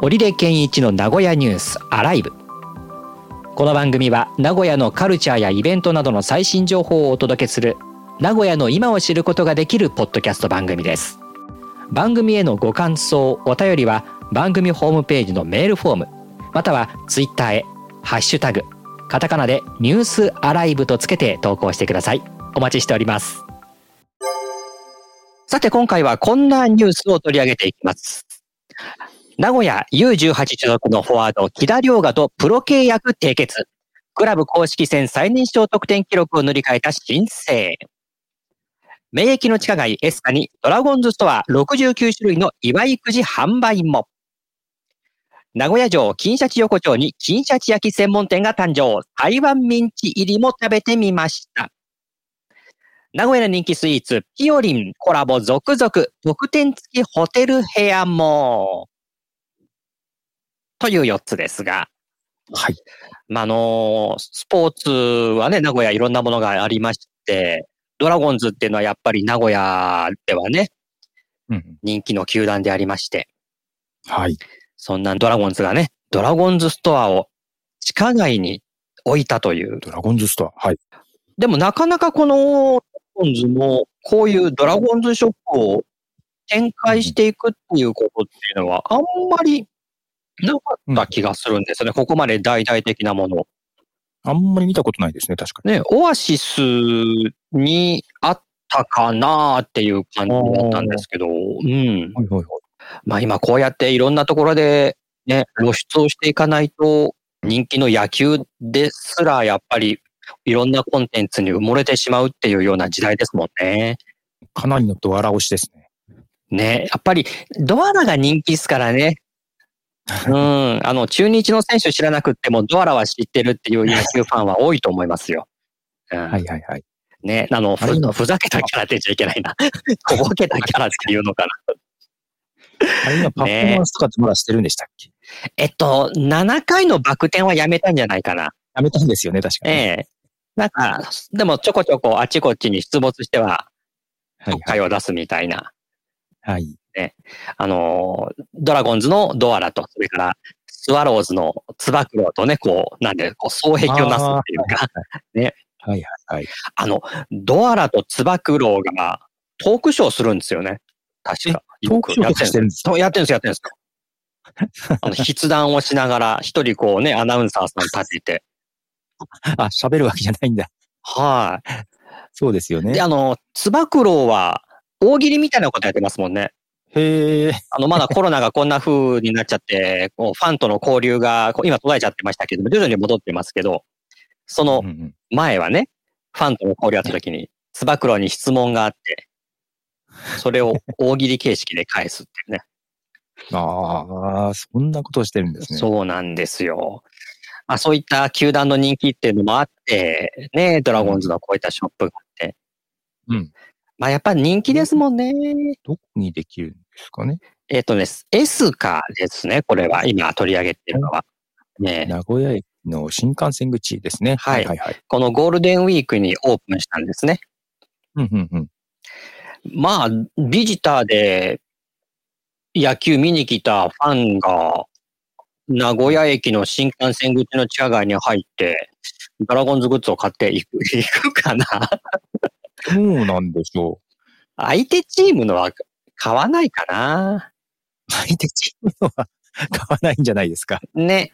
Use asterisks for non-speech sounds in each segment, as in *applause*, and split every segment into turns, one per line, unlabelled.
織出健一の名古屋ニュースアライブこの番組は名古屋のカルチャーやイベントなどの最新情報をお届けする名古屋の今を知ることができるポッドキャスト番組です番組へのご感想お便りは番組ホームページのメールフォームまたはツイッターへハッシュタグカタカナでニュースアライブとつけて投稿してくださいお待ちしておりますさて今回はこんなニュースを取り上げていきます名古屋 U18 所属のフォワード、木田良賀とプロ契約締結。クラブ公式戦最年少得点記録を塗り替えた新星。免疫の地下街エスカにドラゴンズストア69種類の祝いくじ販売も。名古屋城金シャチ横丁に金シャチ焼き専門店が誕生。台湾ミンチ入りも食べてみました。名古屋の人気スイーツ、ピオリンコラボ続々、特典付きホテル部屋も。という4つですが、
はい。
まあ、あのスポーツはね、名古屋いろんなものがありまして、ドラゴンズっていうのはやっぱり名古屋ではね、
うん。
人気の球団でありまして、
はい。
そんなドラゴンズがね、ドラゴンズストアを地下街に置いたという。
ドラゴンズストア。はい。
でもなかなかこのドラゴンズも、こういうドラゴンズショップを展開していくっていうことっていうのは、あんまりなかった気がするんですよね。ここまで大々的なものを。
あんまり見たことないですね、確かに。
ね、オアシスにあったかなっていう感じだったんですけど、うん。
はいはいはい。
まあ今こうやっていろんなところでね、露出をしていかないと、人気の野球ですらやっぱりいろんなコンテンツに埋もれてしまうっていうような時代ですもんね。
かなりのドアラ押しですね。
ね、やっぱりドアラが人気ですからね。うん、あの中日の選手知らなくってもドアラは知ってるっていう野球ファンは多いと思いますよ。うん
はいはいはい。
ね、あの、
あれ
ふ
今
ふざけたキャラって言っちゃいけない *laughs* な。とぼけたキャラっていうのか
あれ今パフォーマンスとかまだしてるんでしたっけ、
な。えっと、7回のバク転はやめたんじゃないかな。
やめたんですよね、確か
え
に。
えなんか、でもちょこちょこあちこちに出没しては、
は
特
いはい。
回を出すみたいな、
はい。
あのー、ドラゴンズのドアラと、それから、スワローズのつば九郎とね、こう、なんで、こう、双璧をなすっていうか、ね。
はいはいはい。
あの、ドアラとつば九郎がトークショーするんですよね。確か。
トークショーとかしてるんですか
そうやってんす、やってんす。
*laughs*
あの、筆談をしながら、一人こうね、アナウンサーさん立てて。
あ、喋るわけじゃないんだ。
は
そうですよ
い。
ね
で、。あの、つば九郎は、大喜利みたいなことやってますもんね。
へえ。
あの、まだコロナがこんな風になっちゃって、 *laughs* こうファンとの交流がこう今途絶えちゃってましたけども、徐々に戻ってますけど、その
うんうん
前はね、ファンとの交流あった時に、つば九郎に質問があって、それを大喜利形式で返すっていうね。
ああ、そんなことをしてるんですね。
そうなんですよ。まあ、そういった球団の人気っていうのもあって、ね、ドラゴンズのこういったショップがあって、
うん。
まあやっぱり人気ですもんね。
どこにできるんですかね。
えっ、とね、エスカですね、これは、今取り上げてるのは。ね、
名古屋駅の新幹線口ですね。
はい
はいはい。
このゴールデンウィークにオープンしたんですね。
うんうんうん。
まあ、ビジターで野球見に来たファンが、名古屋駅の新幹線口の地下街に入って、ドラゴンズグッズを買っていく、 *laughs* 行くかな
そうなんでしょ
相手チームのは買わないかな。
う。相手チームのは買わないんじゃないですか。
ね。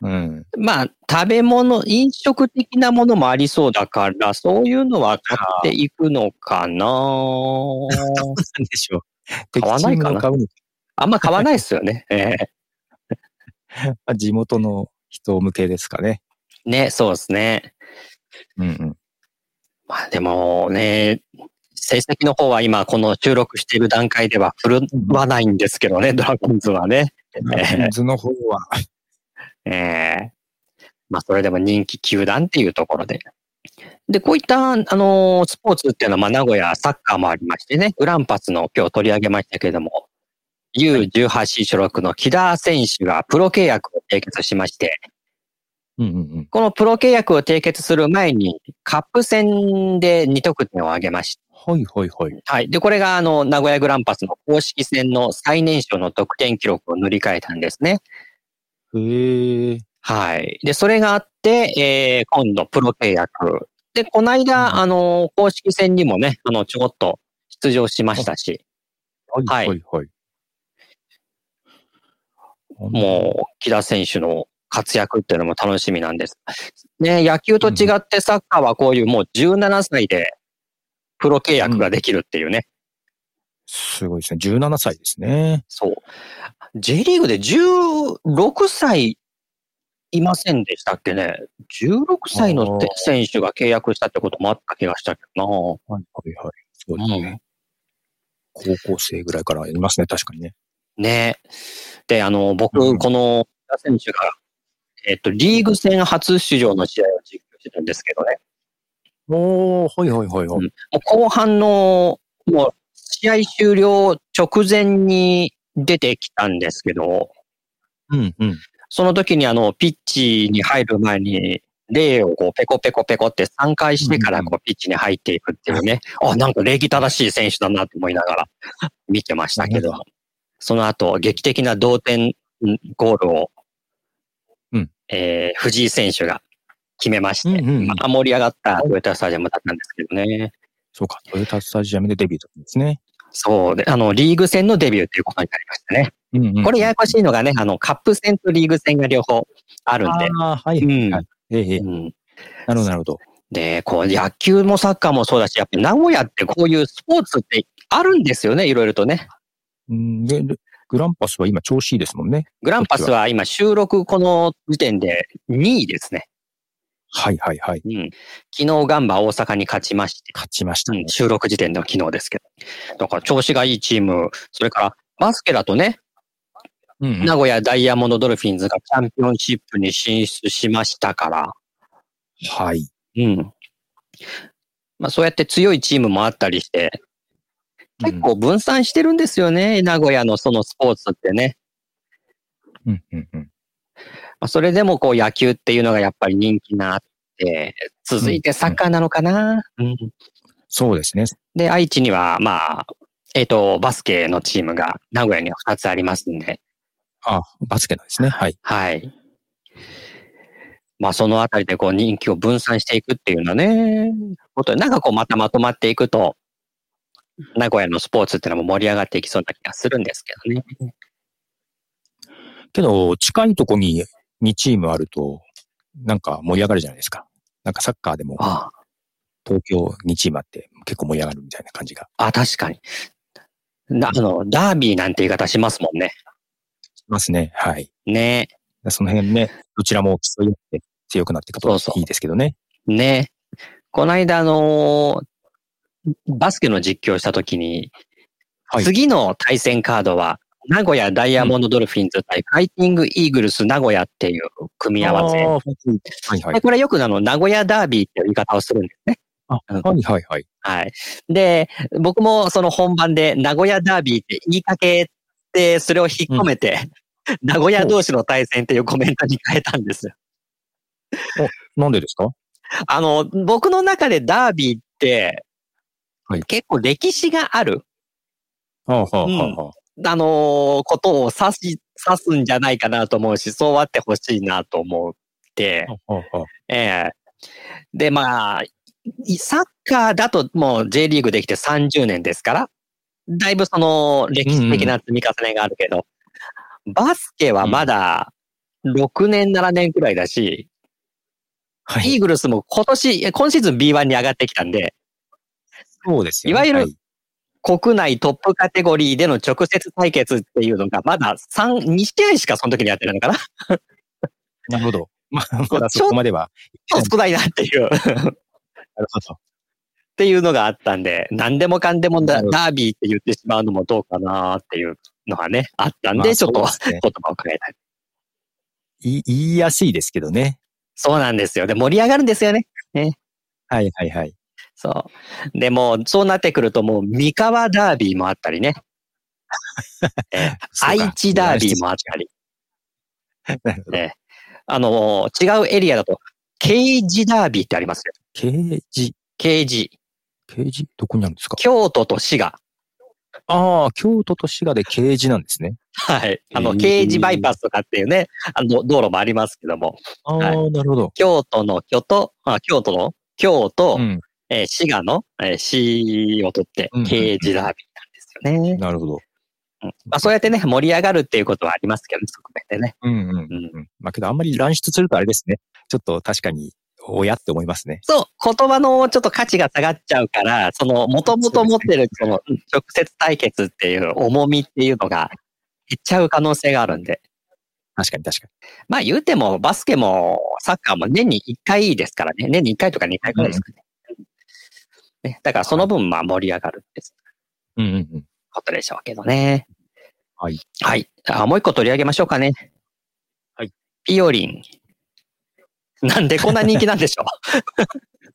うん。
まあ、食べ物、飲食的なものもありそうだから、そういうのは買っていくのかな。
なんでしょう。 *laughs*
買わないかな
敵チームの株に
あんま買わないですよね。え
あ地元の人向けですかね。
えね、そうですね。
うんうん。
まあ、でもね、成績の方は今、この収録している段階では振るわないんですけどね、ドラゴンズはね。
ラゴンズの方は、
ええまあ、それでも人気球団っていうところで。で、こういった、あのースポーツっていうのは、まあ、名古屋、サッカーもありましてね、グランパスの今日取り上げましたけれども、U18 所属の木田選手がプロ契約を締結しまして、
うんうん
このプロ契約を締結する前に、カップ戦で2得点を挙げまし
うん。はいはいはい。
た。はい。で、これが、あの、名古屋グランパスの公式戦の最年少の得点記録を塗り替えたんですね。
へえ。
はい。で、それがあって、えー、今度、プロ契約。で、この間、
うん
あの、公式戦にもね、あの、ちょこっと出場しましたし、
はいはいはい。
もう、木田選手の活躍っていうのも楽しみなんです。ね、野球と違ってサッカーはこういうもう17歳でプロ契約ができるっていうね。
すごいですね。17歳ですね。
そう。J リーグで16歳いませんでしたっけね。16歳のて
あー
選手が契約したってこともあった気がしたけど
はいはいはい。そう
な。
ですね。
うん
高校生ぐらいからやりますね、確かにね。
ねで、あの、僕、
うん
この木田選手が、えっと、リーグ戦初出場の試合を実況してたんですけどね。
おー、はいはいはいはい。
もう後半の、もう、試合終了直前に出てきたんですけど、
うんうん。
その時にあの、ピッチに入る前に、礼をこう、ペコペコペコって3回してから、
うん
こう、ピッチに入っていくっていうね、あ、なんか礼儀正しい選手だなと思いながら見てましたけど
なる、
その後、劇的な同点うんゴールを、
うん
えー藤井選手が決めまして、
うんうんうん
まあ盛り上がったトヨタスタジアムだったんですけどね。
そうか、トヨタスタジアムでデビューだったんですね。
そうで、あの、リーグ戦のデビューということになりましたね。
うんうん
これややこしいのがね、あの、カップ戦とリーグ戦が両方あるんで。
ああ、はい。
うん
はいええええ
うん
なるほど、なるほど。
で、こう、野球もサッカーもそうだし、やっぱり名古屋ってこういうスポーツってあるんですよね、いろいろとね。
うんで、でグランパスは今調子いいですもんね。
グランパスは今収録この時点で2位ですね。
はいはいはい。
うん。昨日ガンバ大阪に勝ちまして、
勝ちました
う
ね
ん、。収録時点の昨日ですけど。だから調子がいいチーム、それからバスケだとね、
うんうん
名古屋ダイヤモンドドルフィンズがチャンピオンシップに進出しましたから、
はい。
うん。まあそうやって強いチームもあったりして、結構分散してるんですよね、名古屋のそのスポーツってね。
うんうんうん。
まあ、それでもこう野球っていうのがやっぱり人気があって、続いてサッカーなのかな。うん
そうですね。
で、愛知にはまあ、えっ、と、バスケのチームが名古屋には2つありますんで、
あ、バスケなんですね。はい。
はい。まあ、そのあたりでこう人気を分散していくっていうのはね、ことでなんかこうまたまとまっていくと、名古屋のスポーツっていうのも盛り上がっていきそうな気がするんですけどね。
けど、近いとこに2チームあると、なんか盛り上がるじゃないですか。なんかサッカーでも
あ
東京2チームあって結構盛り上がるみたいな感じが
あ、あ確かに。なあの、ダービーなんて言い方しますもんね。
しますね。はい。
ね
その辺ね、どちらも競い合って強くなっていくと
そうそう
いいですけどね。
ねこの間、あのーバスケの実況したときに、
はい
次の対戦カードは、名古屋ダイヤモンドドルフィンズ対ファイティングイーグルス名古屋っていう組み合わせ。
あーはいは
はいい、。これはよくあの、名古屋ダービーっていう言い方をするんですね。
はいはいはい。
はい。で、僕もその本番で名古屋ダービーって言いかけて、それを引っ込めて、名古屋同士の対戦っていうコメントに変えたんですよ。
なんでですか
あの、僕の中でダービーって、
はい
結構歴史がある、
ああはあ
うん
はあはあ
あのーことを指し、指すんじゃないかなと思うし、そうあってほしいなと思って、
はあはあ
ええで、まあ、いサッカーだともう J リーグできて30年ですから、だいぶその歴史的な積み重ねがあるけど、バスケはまだ6年、7年くらいだし、
は
イ
い。
ーグルスも今年、え今シーズン B1 に上がってきたんで、
そうですよね。
いわゆる
はい
国内トップカテゴリーでの直接対決っていうのがまだ3、2試合しかその時にやってるのかな
なるほど。まあ、
そう
まだそこまでは。
ちょっと少ないなっていう。
なるほど。
っていうのがあったんで、何でもかんでも
な
ダ
るほど
ダービーって言ってしまうのもどうかなっていうのがね、あったん
ま
で、
あ
ちょっと、
そうですね
言葉を変えた。
い言いやすいですけどね。
そうなんですよ。で、盛り上がるんですよね。
はいはいはい。
そう。でもう、そうなってくるともう、三河ダービーもあったりね。えー
そうか
愛知ダービーもあったり。
なるほど。
えあのー、違うエリアだと、ケージダービーってありますよ。
刑事、
ケージ。
刑事、どこにあるんですか
京都と滋賀。
ああ、京都と滋賀で刑事なんですね。
はい。あ
へ
の、
ー
ケージバイパスとかっていうね、あの、道路もありますけども、
ああ、
はい
なるほど。
京都の京都、あ京都の京都、
うん、
えー滋賀の、えー市を取って
うんうんう、ん
ケージダービーなんですよね。
なるほど。
まあ、そうやってね、盛り上がるっていうことはありますけどね、側面でね。
うんうん。
うん、
うんまあけど、あんまり乱出するとあれですね。ちょっと確かに、親って思いますね。
そう、言葉のちょっと価値が下がっちゃうから、その、もともと持ってる、その、直接対決っていう重みっていうのが、いっちゃう可能性があるんで。
確かに確か
まあ言うても、バスケもサッカーも年に1回ですからね。年に1回とか2回くらいですかね。ねだからその分、まあ盛り上がるって
に。うんうんうん。
ことでしょうけどね。
はい。
はい。あ、もう一個取り上げましょうかね。
はい。
ピオリン。なんでこんな人気なんでし
*laughs*
ょう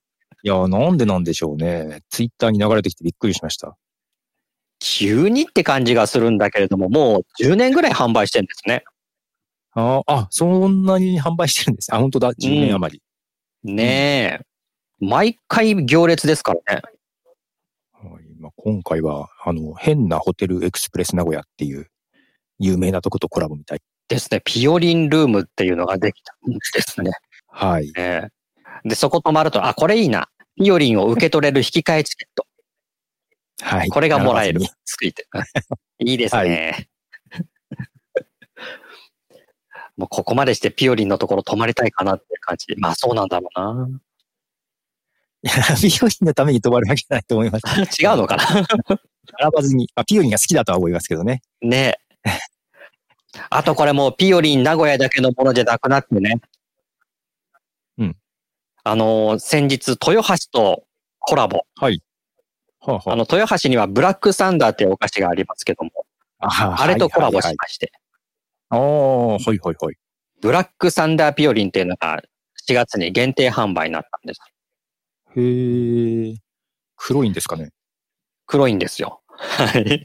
いやー、なんでなんでしょうね。ツイッターに流れてきてびっくりしました。
急にって感じがするんだけれども、もう10年ぐらい販売してんですね。
あーあ、そんなに販売してるんです。あ、本当だ。10年余り。
ねえ。毎回行列ですからね。
はいまあ、今回は、あの、変なホテルエクスプレス名古屋っていう、有名なとことコラボみたい。
ですね。ピオリンルームっていうのができたんですね。
はい。
ええで、そこ泊まると、あ、これいいな。ピオリンを受け取れる引き換えチケット。
はい。
これがもらえる
並ばずに。
ついて。 *laughs* いいですね。 *laughs* もうここまでしてピオリンのところ泊まりたいかなっていう感じ。まあそうなんだろうな。
いや美容院のために泊 *laughs* まるわけじゃないと思います。
違うのか
*laughs*
な *laughs*
並ばずに。まあ、ピオリンが好きだとは思いますけどね。 *laughs*
ねえ。あとこれもうピオリン名古屋だけのものじゃなくなってね。
うん。
あのー先日豊橋とコラボ。
はあ
あの、豊橋にはブラックサンダーっていうお菓子がありますけども、
あ
あれとコラボし
い
まして、
ああ、はいはいはい。
ブラックサンダーピオリンっていうのが4月に限定販売になったんです。
へえ。黒いんですかね。
黒いんですよ。はい。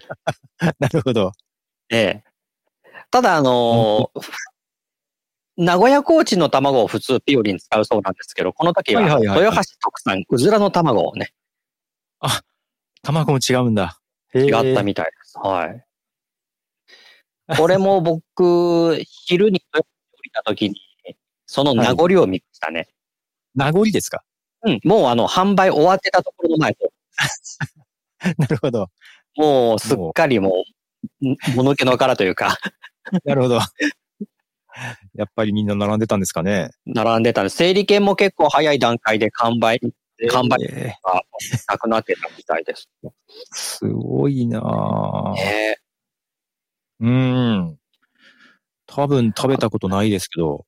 *laughs* なるほど。
*laughs* ええ。ただ、あのー名古屋コーチンの卵を普通ピオリン使うそうなんですけど、この時は
はいはいはい
豊橋特産うずらの卵をね、
卵も違うんだ。違
違ったみたいです。はい。これも僕、 *laughs* 昼に豊橋に降りた時に、その名残を見ましたね。
名残ですか。 *laughs*
うん、もうあの、販売終わってたところの前と、
なるほど。
もうすっかりもう、んもぬけの殻というか、 *laughs*
なるほど。 *laughs* やっぱりみんな並んでたんですかね。
並んでたんで、整理券も結構早い段階で完売、完売
えー
がなくなってたみたいです。
すごいなあ
ねえ
うん。多分食べたことないですけど。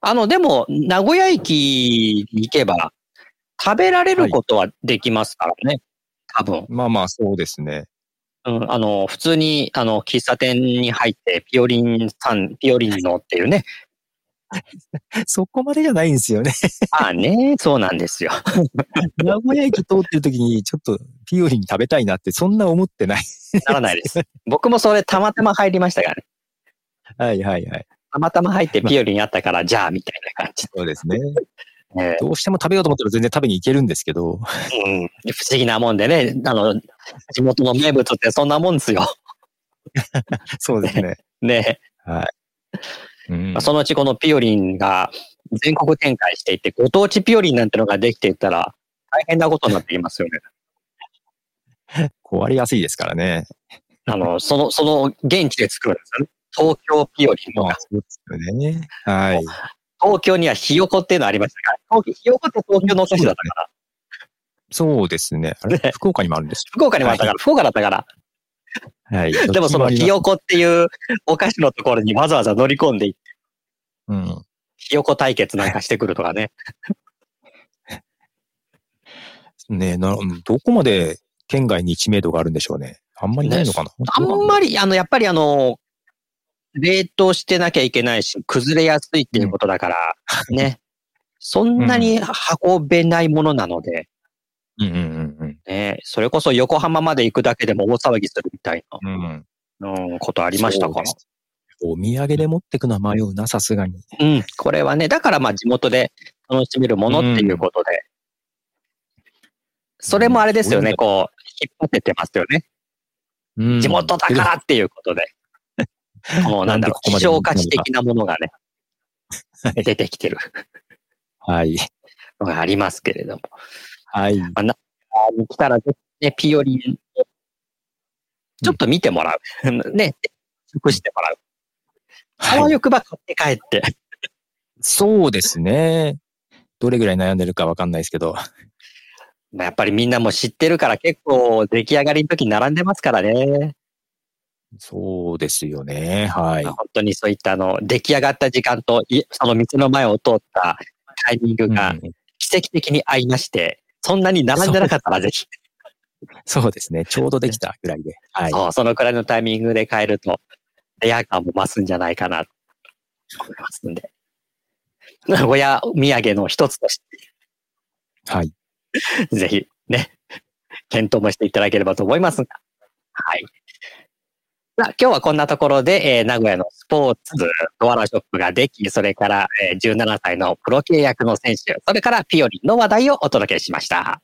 あの、でも、名古屋駅に行けば、食べられることはできますからね、多分。
まあまあ、そうですね。
うん、あの、普通に、あの、喫茶店に入って、ピオリンさん、ピオリンのっていう *laughs* ね。
*laughs* そこまでじゃないんですよ *laughs* ね。
まあね、そうなんですよ。
名古屋駅通ってる時に、ちょっとピオリン食べたいなって、そんな思ってない。
ならないです。僕もそれたまたま入りましたからね
*laughs* はいはいはい。
たまたま入ってピオリンあったから、じゃあ、みたいな感じ
そうですね。
で、ね
*laughs* どうしても食べようと思ったら全然食べに行けるんですけど。
うん不思議なもんでね、あの、地元の名物ってそんなもんですよ。
*laughs*
*laughs*
そうです *laughs* ね。
ね、
うん
まあそのうちこのピオリンが全国展開していって、ご当地ピオリンなんてのができていったら、大変なことになってきますよね。
壊れやすいですからね。
あの、その、その現地で作るんですよね。東京ピオリンと
ま
か
あ、、そうですよね。はい。
東京にはひよこっていうのありましたから、東ひよこって東京のお菓子だったから、
そうですね。あれ福岡にもあるんです
福岡にもあったから、福岡だったから、
よ。 *laughs* はい。
でもそのひよこっていうお菓子のところにわざわざ乗り込んでいって
うん。
ひよこ対決なんかしてくるとかね。
ねな、どこまで県外に知名度があるんでしょうね。あんまりないのかな。
あんまり、あの、やっぱりあの、冷凍してなきゃいけないし、崩れやすいっていうことだから、ね。そんなに運べないものなので、
うんうんうん
ね、それこそ横浜まで行くだけでも大騒ぎするみたい
うん。うん。
な、うん、ことありましたから。
そうですお土産で持ってくのは迷うな、さすがに。
うん、これはね、だからまあ地元で楽しめるものっていうことで。それもあれですよ
う
ね、
ん
こう、引っ張ってってますよね。
うん
地元だからっていうこと
*laughs*
で。もうなんだろう、
なんでここま
希
で
少価値的なものがね、
はい
出てきてる
はい。
のがありますけれども。
はい。
あー来たらぜひね、ピオリンをちょっと見てもらう。ね、食してもらう。あわ
はい
よくば買って帰って。
そうですね。どれぐらい悩んでるかわかんないですけど。
まあやっぱりみんなも知ってるから結構出来上がりの時に並んでますからね。
そうですよね。はい
まあ。本当にそういったあの出来上がった時間といその店の前を通ったタイミングが
うん
奇跡的に合いまして、そんなに並んでなかったらぜひ、
そうですね。ちょうどできたぐらいで。はい。
そうそのくらいのタイミングで買えると、レア感も増すんじゃないかなと思いますんで。名古屋土産の一つとし
はい。
て、ぜひね、検討もしていただければと思いますが。はい。さあ今日はこんなところで、えー名古屋のスポーツ、ドアラショップができ、それから、えー17歳のプロ契約の選手、それからピオリンの話題をお届けしました。